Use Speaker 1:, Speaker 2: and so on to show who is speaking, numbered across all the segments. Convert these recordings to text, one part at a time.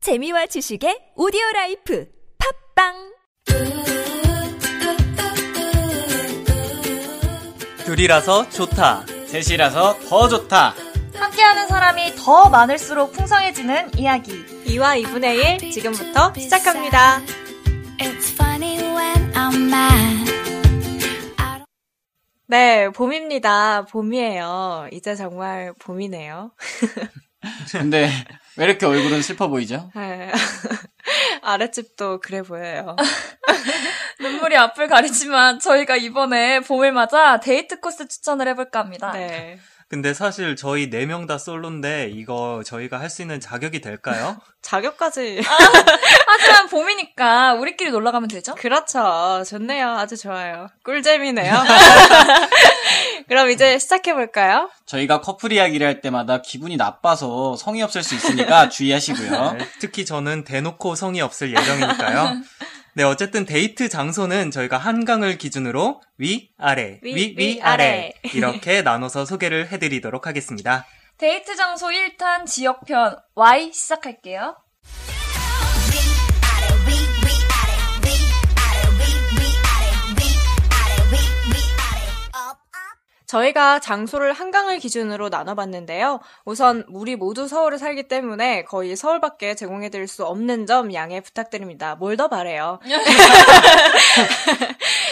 Speaker 1: 재미와 지식의 오디오 라이프 팝빵
Speaker 2: 둘이라서 좋다.
Speaker 3: 셋이라서 더 좋다.
Speaker 4: 함께하는 사람이 더 많을수록 풍성해지는 이야기.
Speaker 5: 2와 2분의 1 지금부터 시작합니다.
Speaker 6: It's funny when I'm mad. I don't
Speaker 5: 네, 봄입니다. 봄이에요. 이제 정말 봄이네요.
Speaker 3: 근데 왜 이렇게 얼굴은 슬퍼 보이죠?
Speaker 5: 네. 아랫집도 그래 보여요.
Speaker 4: 눈물이 앞을 가리지만 저희가 이번에 봄을 맞아 데이트 코스 추천을 해볼까 합니다.
Speaker 5: 네.
Speaker 2: 근데 사실 저희 네 명 다 솔로인데 이거 저희가 할 수 있는 자격이 될까요?
Speaker 5: 자격까지.
Speaker 4: 하지만 봄이니까 우리끼리 놀러 가면 되죠?
Speaker 5: 그렇죠. 좋네요. 아주 좋아요. 꿀잼이네요. 그럼 이제 시작해볼까요?
Speaker 3: 저희가 커플 이야기를 할 때마다 기분이 나빠서 성의 없을 수 있으니까 주의하시고요.
Speaker 2: 네, 특히 저는 대놓고 성이 없을 예정이니까요. 네, 어쨌든 데이트 장소는 저희가 한강을 기준으로 위, 아래,
Speaker 5: 위,
Speaker 2: 위, 위,
Speaker 5: 위,
Speaker 2: 아래.
Speaker 5: 아래.
Speaker 2: 이렇게 나눠서 소개를 해드리도록 하겠습니다.
Speaker 4: 데이트 장소 1탄 지역편 Y 시작할게요.
Speaker 5: 저희가 장소를 한강을 기준으로 나눠봤는데요. 우선 물이 모두 서울에 살기 때문에 거의 서울밖에 제공해드릴 수 없는 점 양해 부탁드립니다. 뭘 더 바래요.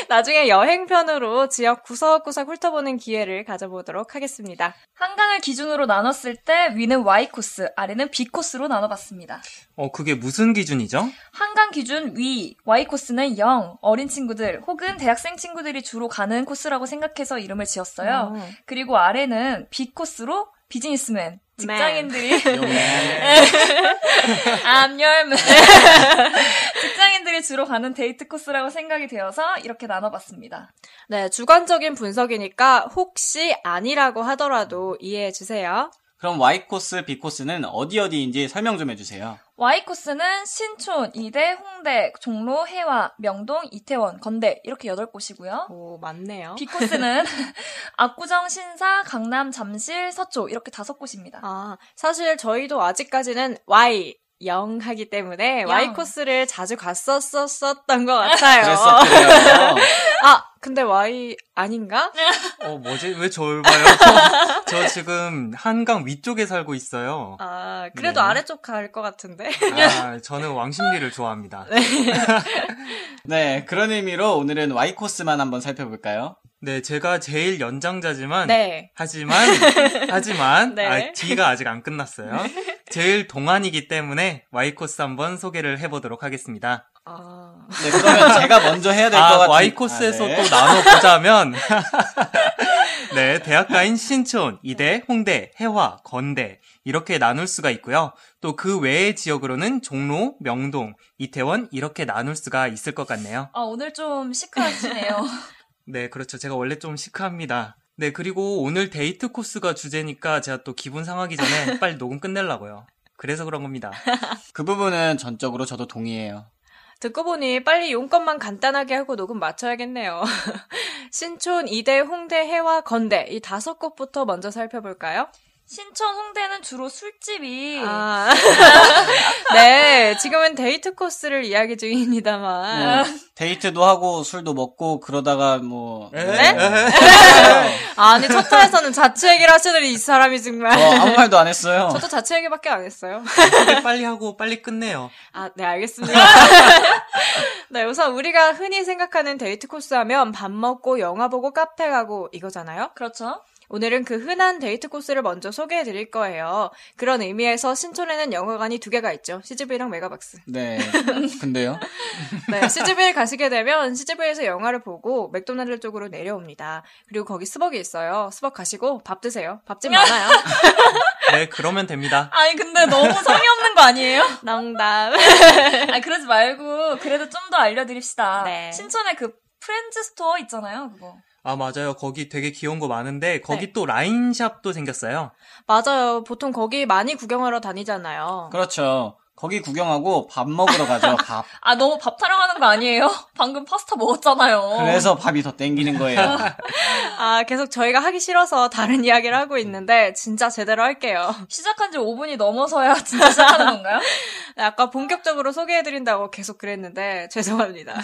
Speaker 5: 나중에 여행편으로 지역 구석구석 훑어보는 기회를 가져보도록 하겠습니다.
Speaker 4: 한강을 기준으로 나눴을 때 위는 Y 코스, 아래는 B 코스로 나눠봤습니다.
Speaker 2: 어, 그게 무슨 기준이죠?
Speaker 4: 한강 기준 위, Y 코스는 0, 어린 친구들 혹은 대학생 친구들이 주로 가는 코스라고 생각해서 이름을 지었어요.
Speaker 5: 어.
Speaker 4: 그리고 아래는 B 코스로 비즈니스맨, 직장인들이 암열맨 직장인들이 주로 가는 데이트 코스라고 생각이 되어서 이렇게 나눠봤습니다.
Speaker 5: 네, 주관적인 분석이니까 혹시 아니라고 하더라도 이해해 주세요.
Speaker 3: 그럼 Y 코스, B 코스는 어디 어디인지 설명 좀 해주세요.
Speaker 4: Y 코스는 신촌, 이대, 홍대, 종로, 해와, 명동, 이태원, 건대 이렇게 8곳이고요.
Speaker 5: 오, 맞네요.
Speaker 4: B 코스는 압구정, 신사, 강남, 잠실, 서초 이렇게 다섯 곳입니다.
Speaker 5: 아, 사실 저희도 아직까지는 Y 영 하기 때문에
Speaker 4: 영.
Speaker 5: Y 코스를 자주 갔었었었던 것
Speaker 2: 어.
Speaker 5: 같아요.
Speaker 3: 그랬었대요.
Speaker 5: 아, 근데 Y 아닌가?
Speaker 2: 어, 뭐지? 왜 저를 봐요? 저 지금 한강 위쪽에 살고 있어요.
Speaker 5: 아, 그래도
Speaker 2: 네.
Speaker 5: 아래쪽 갈 것 같은데.
Speaker 2: 아, 저는 왕십리를 좋아합니다.
Speaker 3: 네, 그런 의미로 오늘은 Y 코스만 한번 살펴볼까요?
Speaker 2: 네, 제가 제일 연장자지만
Speaker 5: 네.
Speaker 2: 하지만 하지만
Speaker 5: 네.
Speaker 2: 아, 뒤가 아직 안 끝났어요. 제일 동안이기 때문에 Y 코스 한번 소개를 해보도록 하겠습니다.
Speaker 5: 아,
Speaker 3: 네, 그러면 제가 먼저 해야 될 것
Speaker 2: 아,
Speaker 3: 같아요.
Speaker 2: Y 코스에서
Speaker 3: 네.
Speaker 2: 또 나눠보자면 네, 대학가인 신촌, 이대, 홍대, 해화, 건대 이렇게 나눌 수가 있고요. 또 그 외의 지역으로는 종로, 명동, 이태원 이렇게 나눌 수가 있을 것 같네요.
Speaker 4: 아, 오늘 좀 시크하시네요.
Speaker 2: 네, 그렇죠. 제가 원래 좀 시크합니다. 네, 그리고 오늘 데이트 코스가 주제니까 제가 또 기분 상하기 전에 빨리 녹음 끝내려고요. 그래서 그런 겁니다.
Speaker 3: 그 부분은 전적으로 저도 동의해요.
Speaker 5: 듣고 보니 빨리 용건만 간단하게 하고 녹음 맞춰야겠네요. 신촌, 이대, 홍대, 해와, 건대 이 다섯 곳부터 먼저 살펴볼까요?
Speaker 4: 신촌 홍대는 주로 술집이
Speaker 5: 아, 네, 지금은 데이트 코스를 이야기
Speaker 2: 아.
Speaker 5: 중입니다만.
Speaker 3: 뭐, 데이트도 하고 술도 먹고 그러다가 뭐
Speaker 2: 네?
Speaker 5: 아니, 첫 타에서는 자취 얘기를 하시더니 이 사람이 정말.
Speaker 3: 저 어, 아무 말도 안 했어요.
Speaker 5: 저도 자취 얘기밖에 안 했어요.
Speaker 2: 소개 빨리 하고 빨리 끝내요.
Speaker 5: 아, 네, 알겠습니다. 네, 우선 우리가 흔히 생각하는 데이트 코스 하면 밥 먹고 영화 보고 카페 가고 이거잖아요?
Speaker 4: 그렇죠.
Speaker 5: 오늘은 그 흔한 데이트 코스를 먼저 소개해 드릴 거예요. 그런 의미에서 신촌에는 영화관이 두 개가 있죠. CGV랑 메가박스.
Speaker 3: 네. 근데요?
Speaker 5: 네, CGV에 가시게 되면 CGV에서 영화를 보고 맥도날드 쪽으로 내려옵니다. 그리고 거기 스벅이 있어요. 스벅 가시고 밥 드세요. 밥집 많아요.
Speaker 2: 네, 그러면 됩니다.
Speaker 4: 아니 근데 너무 성의 없는 거 아니에요?
Speaker 5: 농담.
Speaker 4: 아니 그러지 말고 그래도 좀 더 알려드립시다.
Speaker 5: 네.
Speaker 4: 신촌에 그 프렌즈 스토어 있잖아요, 그거.
Speaker 2: 아, 맞아요. 거기 되게 귀여운 거 많은데 거기
Speaker 5: 네.
Speaker 2: 또 라인샵도 생겼어요.
Speaker 5: 맞아요. 보통 거기 많이 구경하러 다니잖아요.
Speaker 3: 그렇죠. 거기 구경하고 밥 먹으러 가죠. 밥.
Speaker 4: 아, 너무 밥 타령하는 거 아니에요? 방금 파스타 먹었잖아요.
Speaker 3: 그래서 밥이 더 땡기는 거예요.
Speaker 5: 아, 계속 저희가 하기 싫어서 다른 이야기를 하고 있는데 진짜 제대로 할게요.
Speaker 4: 시작한 지 5분이 넘어서야 진짜 시작하는 건가요?
Speaker 5: 네, 아까 본격적으로 소개해드린다고 계속 그랬는데 죄송합니다.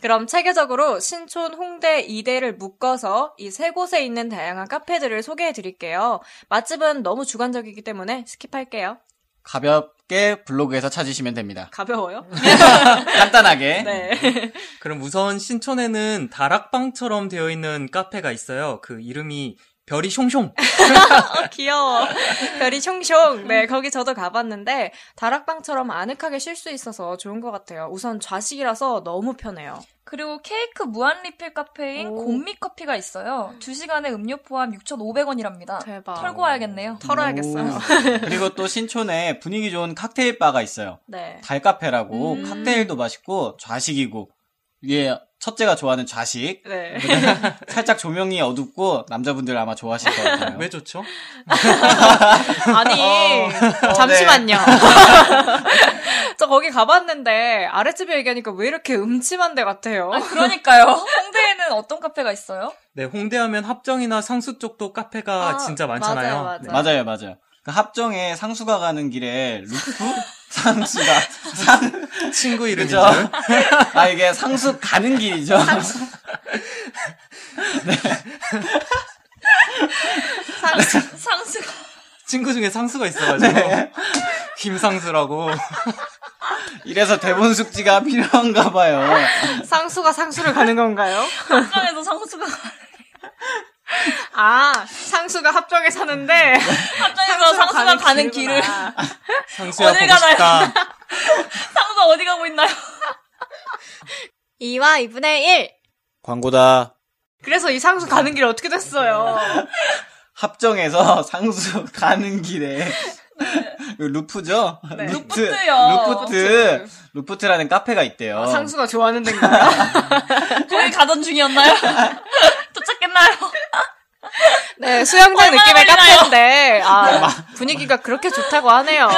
Speaker 5: 그럼 체계적으로 신촌, 홍대, 이대를 묶어서 이 세 곳에 있는 다양한 카페들을 소개해드릴게요. 맛집은 너무 주관적이기 때문에 스킵할게요.
Speaker 3: 가볍게 블로그에서 찾으시면 됩니다.
Speaker 5: 가벼워요?
Speaker 3: 간단하게.
Speaker 5: 네.
Speaker 2: 그럼 우선 신촌에는 다락방처럼 되어 있는 카페가 있어요. 그 이름이 별이 숑숑.
Speaker 5: 어, 귀여워. 별이 숑숑. 네, 거기 저도 가봤는데 다락방처럼 아늑하게 쉴 수 있어서 좋은 것 같아요. 우선 좌식이라서 너무 편해요.
Speaker 4: 그리고 케이크 무한 리필 카페인
Speaker 5: 오.
Speaker 4: 곰미 커피가 있어요. 2시간에 음료 포함 6,500원이랍니다.
Speaker 5: 대박.
Speaker 4: 털고 와야겠네요.
Speaker 5: 털어야겠어요.
Speaker 3: 오. 음. 그리고 또 신촌에 분위기 좋은 칵테일 바가 있어요.
Speaker 5: 네.
Speaker 3: 달카페라고
Speaker 5: 음.
Speaker 3: 칵테일도 맛있고 좌식이고 위에 첫째가 좋아하는 좌식.
Speaker 5: 네.
Speaker 3: 살짝 조명이 어둡고 남자분들 아마 좋아하실 것 같아요.
Speaker 2: 왜 좋죠?
Speaker 5: 아니,
Speaker 4: 어, 네.
Speaker 5: 잠시만요. 저 거기 가봤는데 아랫집에 얘기하니까 왜 이렇게 음침한 데 같아요?
Speaker 4: 아, 그러니까요. 홍대에는 어떤 카페가 있어요?
Speaker 2: 네, 홍대하면 합정이나 상수 쪽도 카페가
Speaker 5: 아,
Speaker 2: 진짜 많잖아요.
Speaker 5: 맞아요, 맞아요.
Speaker 3: 네. 맞아요, 맞아요. 그 합정에 상수가 가는 길에 루프 상수가 상
Speaker 2: 네, 친구 이름이죠.
Speaker 3: 그죠? 아 이게 상수 가는 길이죠.
Speaker 4: 상수, 상수가.
Speaker 2: 친구 중에 상수가 있어가지고 김상수라고.
Speaker 3: 이래서 대본 숙지가 필요한가 봐요.
Speaker 5: 상수가 상수를 가는 건가요?
Speaker 4: 합정에서 상수가.
Speaker 5: 아, 상수가 합정에 사는데
Speaker 4: 합정에서 음. 상수가 가는 길을.
Speaker 5: 길이구나.
Speaker 2: 상수야
Speaker 4: 어딜
Speaker 2: 보고
Speaker 4: 가나요?
Speaker 2: 싶다.
Speaker 4: 상수 어디 가고 있나요?
Speaker 5: 2와 2분의 1.
Speaker 3: 광고다.
Speaker 5: 그래서 이 상수 가는 길 어떻게 됐어요?
Speaker 3: 합정에서 상수 가는 길에 이거 루프죠?
Speaker 5: 네.
Speaker 3: 루트,
Speaker 4: 루프트요.
Speaker 3: 루프트 루프트라는 카페가 있대요.
Speaker 5: 상수가 좋아하는 데인가요?
Speaker 4: 거기 가던 중이었나요? 도착했나요?
Speaker 5: 네, 수영장
Speaker 4: 얼마나
Speaker 5: 느낌의
Speaker 4: 걸리나요?
Speaker 5: 카페인데, 아, 분위기가 그렇게 좋다고 하네요.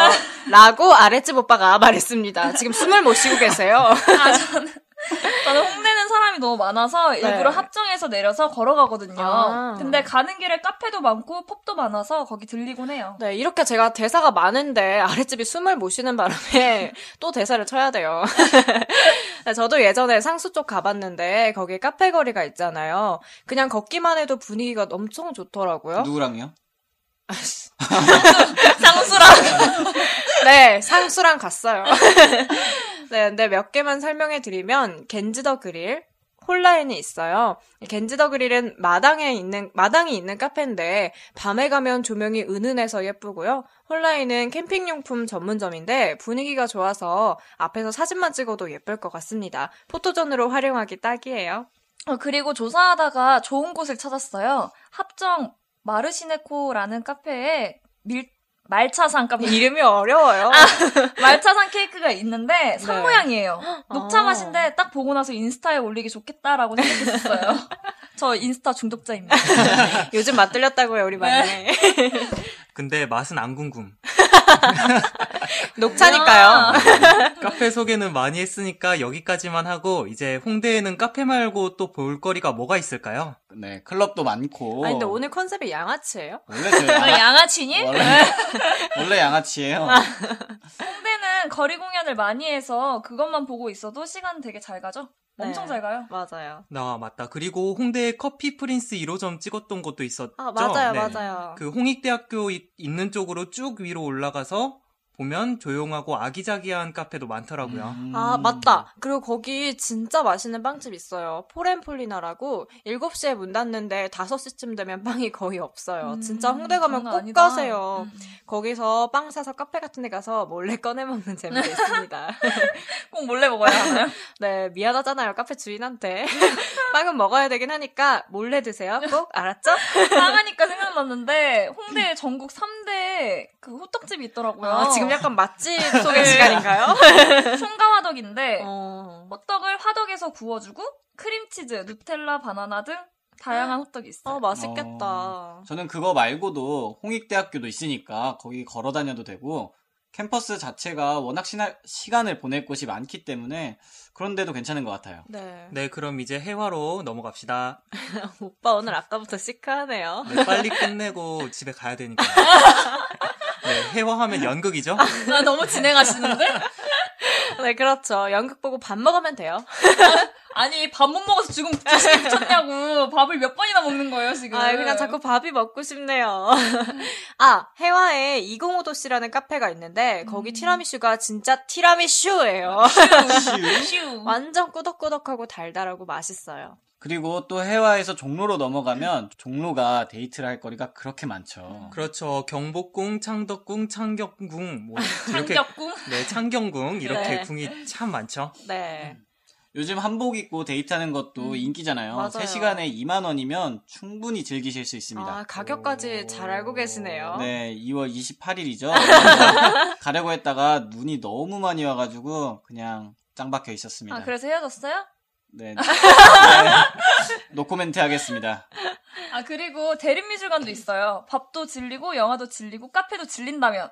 Speaker 5: 라고 아랫집 오빠가 말했습니다. 지금 숨을 못 쉬고 계세요.
Speaker 4: 아, 저는, 저는 홍대는 사람이 너무 많아서 일부러 합정에서 내려서 걸어가거든요.
Speaker 5: 아.
Speaker 4: 근데 가는 길에 카페도 많고 펍도 많아서 거기 들리곤 해요.
Speaker 5: 네, 이렇게 제가 대사가 많은데 아랫집이 숨을 못 쉬는 바람에 또 대사를 쳐야 돼요. 네, 저도 예전에 상수 쪽 가봤는데 거기 카페 거리가 있잖아요. 그냥 걷기만 해도 분위기가 엄청 좋더라고요.
Speaker 3: 누구랑요?
Speaker 4: 쌍수랑
Speaker 5: 네, 상수랑 갔어요. 네, 근데 몇 개만 설명해 드리면 겐지더 그릴 홀라인이 있어요. 겐지더 그릴은 마당에 있는 마당이 있는 카페인데 밤에 가면 조명이 은은해서 예쁘고요. 홀라인은 캠핑용품 전문점인데 분위기가 좋아서 앞에서 사진만 찍어도 예쁠 것 같습니다. 포토존으로 활용하기 딱이에요.
Speaker 4: 어, 그리고 조사하다가 좋은 곳을 찾았어요. 합정 마르시네코라는 카페에 밀 말차상 카페
Speaker 5: 이름이 어려워요.
Speaker 4: 말차상 케이크가 있는데 산
Speaker 5: 네.
Speaker 4: 모양이에요. 녹차
Speaker 5: 아.
Speaker 4: 맛인데 딱 보고 나서 인스타에 올리기 좋겠다라고 생각했어요. 저 인스타 중독자입니다.
Speaker 5: 요즘 맛들렸다고요, 우리 만에.
Speaker 2: 근데 맛은 안 궁금.
Speaker 5: 녹차니까요.
Speaker 2: 카페 소개는 많이 했으니까 여기까지만 하고 이제 홍대에는 카페 말고 또 볼거리가 뭐가 있을까요?
Speaker 3: 네, 클럽도 많고.
Speaker 5: 아니, 근데 오늘 네. 컨셉이 양아치예요?
Speaker 3: 원래 저희
Speaker 4: 아,
Speaker 3: 양아-
Speaker 4: 양아치니?
Speaker 3: 원래, 원래 양아치예요.
Speaker 4: 홍대는 거리 공연을 많이 해서 그것만 보고 있어도 시간 되게 잘 가죠? 엄청
Speaker 5: 네.
Speaker 4: 잘 가요.
Speaker 5: 맞아요.
Speaker 2: 아 맞다. 그리고 홍대에 커피 프린스 1호점 찍었던 곳도 있었죠.
Speaker 5: 아, 맞아요,
Speaker 2: 네.
Speaker 5: 맞아요.
Speaker 2: 그 홍익대학교 이- 있는 쪽으로 쭉 위로 올라가서 보면 조용하고 아기자기한 카페도 많더라고요.
Speaker 3: 음.
Speaker 5: 아, 맞다. 그리고 거기 진짜 맛있는 빵집 있어요. 포렌폴리나라고 7시에 문 닫는데 5시쯤 되면 빵이 거의 없어요. 아, 진짜 홍대 가면
Speaker 4: 음, 장난
Speaker 5: 꼭
Speaker 4: 아니다.
Speaker 5: 가세요.
Speaker 4: 음.
Speaker 5: 거기서 빵 사서 카페 같은 데 가서 몰래 꺼내 먹는 재미가 있습니다.
Speaker 4: 꼭 몰래 먹어야 하나요?
Speaker 5: 네, 미안하잖아요. 카페 주인한테. 빵은 먹어야 되긴 하니까 몰래 드세요. 꼭 알았죠?
Speaker 4: 나가니까 생각났는데 홍대 전국 3대 그 호떡집이 있더라고요.
Speaker 5: 아, 지금 약간 맛집
Speaker 4: 네.
Speaker 5: 소개 시간인가요?
Speaker 4: 송가화덕인데
Speaker 5: 어.
Speaker 4: 호떡을 화덕에서 구워주고 크림치즈, 누텔라, 바나나 등 다양한 호떡이 있어요.
Speaker 5: 어, 맛있겠다.
Speaker 3: 저는 그거 말고도 홍익대학교도 있으니까 거기 걸어 다녀도 되고 캠퍼스 자체가 워낙 시나- 시간을 보낼 곳이 많기 때문에 그런데도 괜찮은 것 같아요.
Speaker 5: 네.
Speaker 2: 네, 그럼 이제 해화로 넘어갑시다.
Speaker 5: 오빠 오늘 아까부터 시크하네요.
Speaker 2: 네, 빨리 끝내고 집에 가야 되니까. 네, 해화하면 연극이죠?
Speaker 4: 아, 너무 진행하시는데?
Speaker 5: 네, 그렇죠. 연극 보고 밥 먹으면 돼요.
Speaker 4: 아니, 밥 못 먹어서 지금 드시기 미쳤냐고. 밥을 몇 번이나 먹는 거예요, 지금.
Speaker 5: 아, 그냥 자꾸 밥이 먹고 싶네요. 아, 해와에 205도씨라는 카페가 있는데
Speaker 4: 음.
Speaker 5: 거기 티라미슈가 진짜 티라미슈예요.
Speaker 4: 아, 슈.
Speaker 5: 완전 꾸덕꾸덕하고 달달하고 맛있어요.
Speaker 3: 그리고 또 해와에서 종로로 넘어가면 종로가 데이트를 할 거리가 그렇게 많죠.
Speaker 2: 그렇죠. 경복궁, 창덕궁, 창경궁, 뭐, 이렇게.
Speaker 4: 삼겹궁?
Speaker 2: 네, 창경궁, 이렇게
Speaker 5: 네.
Speaker 2: 궁이 참 많죠.
Speaker 5: 네.
Speaker 3: 요즘 한복 입고 데이트하는 것도 인기잖아요.
Speaker 5: 맞아요.
Speaker 3: 3시간에 2만 원이면 충분히 즐기실 수 있습니다.
Speaker 5: 아, 가격까지
Speaker 2: 오.
Speaker 5: 잘 알고 계시네요.
Speaker 3: 네, 2월 28일이죠. 가려고 했다가 눈이 너무 많이 와가지고 그냥 짱 박혀 있었습니다.
Speaker 4: 아, 그래서 헤어졌어요?
Speaker 3: 네. 네. 노코멘트 하겠습니다.
Speaker 4: 아, 그리고 대립미술관도 있어요. 밥도 질리고, 영화도 질리고, 카페도 질린다면.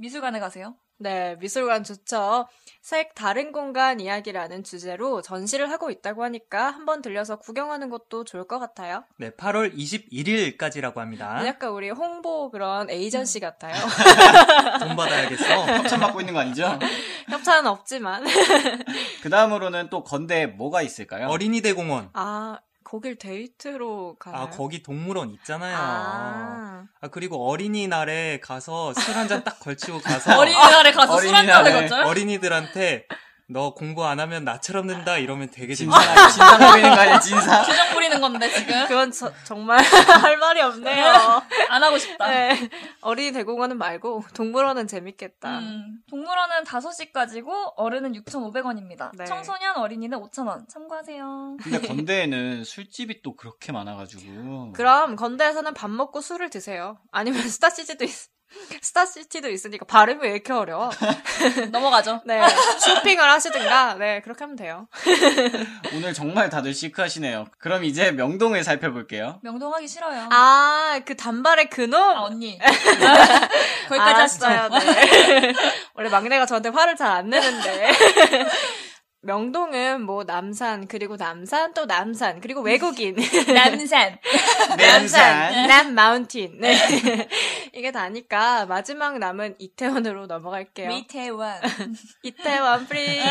Speaker 4: 미술관에 가세요.
Speaker 5: 네, 미술관 좋죠. 색 다른 공간 이야기라는 주제로 전시를 하고 있다고 하니까 한번 들려서 구경하는 것도 좋을 것 같아요.
Speaker 2: 네, 8월 21일까지라고
Speaker 3: 아?
Speaker 2: 합니다.
Speaker 5: 약간 우리 홍보 그런
Speaker 4: 음.
Speaker 5: 에이전시 같아요.
Speaker 2: 돈 받아야겠어.
Speaker 3: 협찬 받고 있는 거 아니죠?
Speaker 5: 협찬은 없지만.
Speaker 3: 그 다음으로는 또 건대에 뭐가 있을까요?
Speaker 2: 어린이 대공원.
Speaker 5: 아, 거길 데이트로 가나요?
Speaker 2: 아, 거기 동물원 있잖아요. 아,
Speaker 5: 네. 아.
Speaker 2: 그리고 어린이날에 가서 술 한 잔 딱 걸치고 가서
Speaker 4: 어린이날에 가서 술
Speaker 3: 어린이날에.
Speaker 4: 한잔을 거죠?
Speaker 2: 어린이들한테 너 공부 안 하면 나처럼 된다 이러면 되게
Speaker 3: 진상,
Speaker 2: 재밌어요.
Speaker 3: 진상 보이는 거 아니에요, 진상?
Speaker 4: 표정 부리는 건데, 지금.
Speaker 5: 그건 저- 정말 할 말이 없네요.
Speaker 4: 안 하고 싶다.
Speaker 5: 네. 어린이 대공원은 말고 동물원은 재밌겠다.
Speaker 4: 음, 동물원은 5시까지고, 어른은 6,500원입니다.
Speaker 5: 네.
Speaker 4: 청소년 어린이는 5,000원. 참고하세요.
Speaker 3: 근데 건대에는 술집이 또 그렇게 많아가지고.
Speaker 5: 그럼 건대에서는 밥 먹고 술을 드세요. 아니면 스타시티도 있, 스타시티도 있으니까 발음이 왜 이렇게 어려워?
Speaker 4: 넘어가죠.
Speaker 5: 네. 쇼핑을 하시든가. 네, 그렇게 하면 돼요.
Speaker 3: 오늘 정말 다들 시크하시네요. 그럼 이제 명동을 살펴볼게요.
Speaker 4: 명동하기 싫어요.
Speaker 5: 아, 그 단발의 그놈?
Speaker 4: 아, 언니.
Speaker 5: 아,
Speaker 4: 거기까지 하시죠.
Speaker 5: 알았어요, 네. 원래 막내가 저한테 화를 잘 안 내는데. 명동은 뭐 남산 그리고 남산 또 남산 그리고 외국인
Speaker 4: 남산.
Speaker 3: 남산.
Speaker 5: 남 마운틴 네 이게 다니까 마지막 남은 이태원으로 넘어갈게요 네.
Speaker 4: 위태원.
Speaker 5: 이태원 프리덤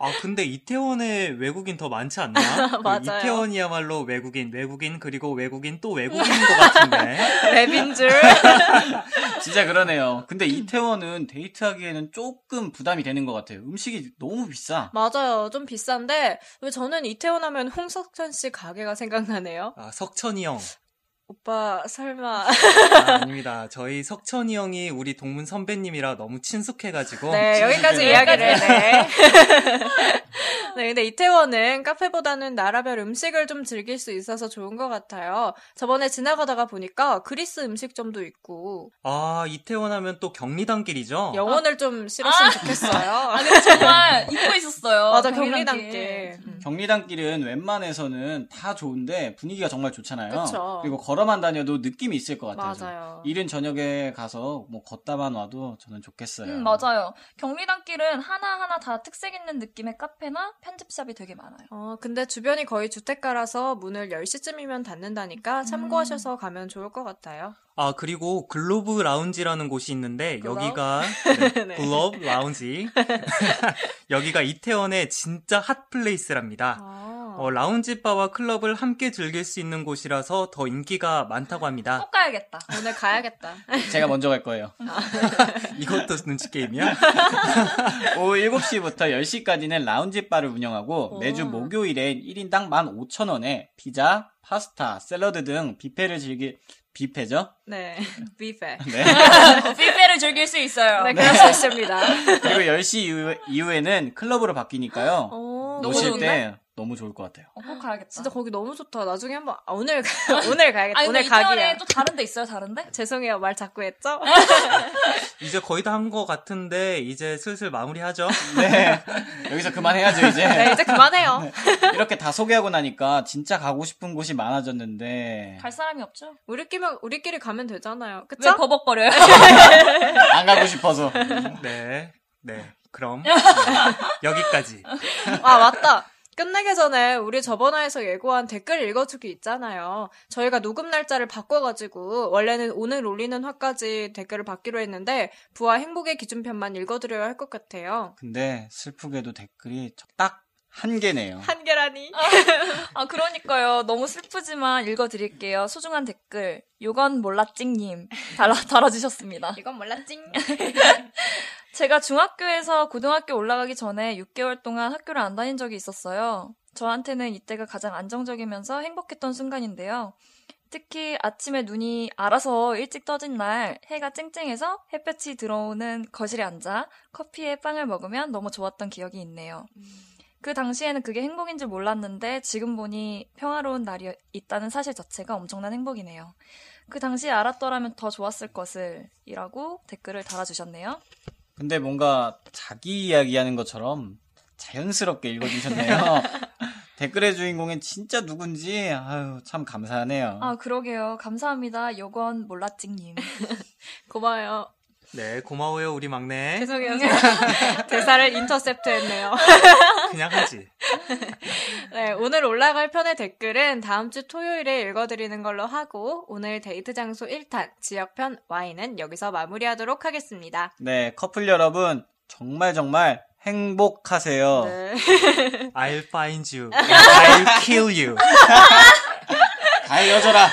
Speaker 2: 아 근데 이태원에 외국인 더 많지 않나? 그
Speaker 5: 맞아요.
Speaker 2: 이태원이야말로 외국인, 외국인 그리고 외국인 또 외국인인 것 같은데.
Speaker 5: 랩인 줄
Speaker 3: 진짜 그러네요. 근데 이태원은 데이트하기에는 조금 부담이 되는 것 같아요. 음식이 너무 비싸.
Speaker 5: 맞아요 좀 비싼데 왜 저는 이태원 하면 홍석천 씨 가게가 생각나네요
Speaker 2: 아 석천이 형.
Speaker 5: 오빠 설마
Speaker 2: 아, 닙니다 저희 석천이 형이 우리 동문 선배님이라 너무 어, 친숙해가지고.
Speaker 5: 네, 여기까지
Speaker 3: 친구들.
Speaker 5: 이야기를 네. 네, 근데 이태원은 카페보다는 나라별 음식을 좀 즐길 수 있어서 좋은 것 같아요. 저번에 지나가다가 보니까 그리스 음식점도 있고
Speaker 2: 아 이태원 하면 또 경리단길이죠.
Speaker 5: 영혼을 좀 실었으면
Speaker 4: 아,
Speaker 5: 좋겠어요.
Speaker 4: 근데 정말 잊고 있었어요.
Speaker 5: 맞아,
Speaker 4: 경리단길.
Speaker 5: 경리단길. 음.
Speaker 3: 경리단길은 웬만해서는 다 좋은데 분위기가 정말 좋잖아요.
Speaker 5: 그쵸.
Speaker 3: 리고 걸어만 다녀도 느낌이 있을 것 같아요. 저는.
Speaker 5: 맞아요.
Speaker 3: 이른 저녁에 가서 뭐 걷다만 와도 저는 좋겠어요.
Speaker 4: 음, 맞아요. 경리단길은 하나하나 다 특색 있는 느낌의 카페나 편집샵이 되게 많아요.
Speaker 5: 어, 근데 주변이 거의 주택가라서 문을 10시쯤이면 닫는다니까 참고하셔서 가면 좋을 것 같아요.
Speaker 2: 아 그리고 글로브 라운지라는 곳이 있는데
Speaker 5: 글로브?
Speaker 2: 여기가
Speaker 5: 네.
Speaker 2: 글로브 라운지. 여기가 이태원의 진짜 핫 플레이스랍니다.
Speaker 5: 아.
Speaker 2: 어, 라운지 바와 클럽을 함께 즐길 수 있는 곳이라서 더 인기가 많다고
Speaker 5: 아.
Speaker 2: 합니다.
Speaker 4: 꼭 가야겠다.
Speaker 5: 오늘 가야겠다.
Speaker 3: 제가 먼저 갈 거예요.
Speaker 2: 이것도 눈치 게임이야?
Speaker 3: 오후 7시부터 10시까지는 라운지 바를 운영하고 매주 목요일엔 1인당 15,000원에 피자, 파스타, 샐러드 등 뷔페를 즐길 뷔페죠?
Speaker 5: 네. 위페.
Speaker 3: 네.
Speaker 4: 뷔페를 즐길 수 있어요.
Speaker 5: 네, 그럴 수 있습니다.
Speaker 3: 그리고 10시 이후, 이후에는 클럽으로 바뀌니까요.
Speaker 5: 오,
Speaker 4: 어, 너무
Speaker 3: 오실
Speaker 4: 좋은데?
Speaker 3: 때 너무 좋을 것 같아요.
Speaker 4: 어, 꼭 가야겠다.
Speaker 5: 진짜 거기 너무 좋다. 나중에 한번 아, 오늘 가- 오늘 가야겠다.
Speaker 4: 아니,
Speaker 5: 오늘
Speaker 4: 근데 이태원에
Speaker 5: 가기야.
Speaker 4: 또 다른 데 있어요, 다른 데?
Speaker 5: 죄송해요. 말 자꾸 했죠?
Speaker 2: 이제 거의 다 한 것 같은데 이제 슬슬 마무리하죠.
Speaker 3: 네. 여기서 그만해야죠, 이제.
Speaker 5: 네, 이제 그만해요.
Speaker 3: 이렇게 다 소개하고 나니까 진짜 가고 싶은 곳이 많아졌는데
Speaker 4: 갈 사람이 없죠?
Speaker 5: 우리끼리만 우리끼리 가면 되잖아요.
Speaker 4: 왜
Speaker 5: 그쵸?
Speaker 4: 버벅거려요?
Speaker 3: 안 가고 싶어서.
Speaker 2: 네, 네. 그럼 여기까지.
Speaker 5: 아 맞다. 끝내기 전에 우리 저번 화에서 예고한 댓글 읽어주기 있잖아요. 저희가 녹음 날짜를 바꿔가지고 원래는 오늘 올리는 화까지 댓글을 받기로 했는데 부와 행복의 기준편만 읽어드려야 할 것 같아요.
Speaker 3: 근데 슬프게도 댓글이 딱 한 개네요.
Speaker 5: 한 개라니.
Speaker 4: 아, 그러니까요. 너무 슬프지만 읽어드릴게요. 소중한 댓글. 요건 몰랐찡님. 달아, 달아주셨습니다.
Speaker 5: 이건 몰랐징.
Speaker 4: 제가 중학교에서 고등학교 올라가기 전에 6개월 동안 학교를 안 다닌 적이 있었어요. 저한테는 이때가 가장 안정적이면서 행복했던 순간인데요. 특히 아침에 눈이 알아서 일찍 떠진 날 해가 쨍쨍해서 햇볕이 들어오는 거실에 앉아 커피에 빵을 먹으면 너무 좋았던 기억이 있네요. 그 당시에는 그게 행복인 줄 몰랐는데 지금 보니 평화로운 날이 있다는 사실 자체가 엄청난 행복이네요. 그 당시에 알았더라면 더 좋았을 것을 이라고 댓글을 달아주셨네요.
Speaker 3: 근데 뭔가 자기 이야기하는 것처럼 자연스럽게 읽어주셨네요. 댓글의 주인공은 진짜 누군지 아유 참 감사하네요.
Speaker 4: 아, 그러게요. 감사합니다. 요건 몰라찡님.
Speaker 5: 고마워요.
Speaker 2: 네, 고마워요 우리 막내.
Speaker 5: 죄송해요. 제가 대사를 인터셉트했네요.
Speaker 2: 그냥 하지.
Speaker 5: 네, 오늘 올라갈 편의 댓글은 다음 주 토요일에 읽어드리는 걸로 하고 오늘 데이트 장소 1탄 지역편 Y는 여기서 마무리하도록 하겠습니다.
Speaker 3: 네 커플 여러분 정말 정말 행복하세요.
Speaker 5: 네.
Speaker 2: I'll find you. and I'll kill you.
Speaker 3: 다 이어져라.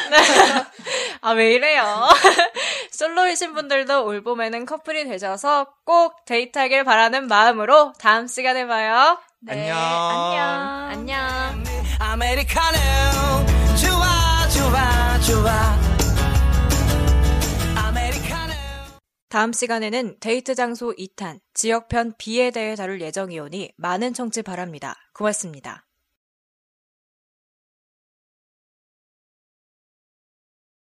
Speaker 5: 아, 왜 이래요? 솔로이신 분들도 올 봄에는 커플이 되셔서 꼭 데이트하길 바라는 마음으로 다음 시간에 봐요.
Speaker 4: 네,
Speaker 2: 안녕.
Speaker 4: 안녕.
Speaker 5: 안녕.
Speaker 7: 아메리카노 좋아 좋아 좋아 아메리카노
Speaker 5: 다음 시간에는 데이트 장소 2탄, 지역편 B에 대해 다룰 예정이오니 많은 청취 바랍니다. 고맙습니다.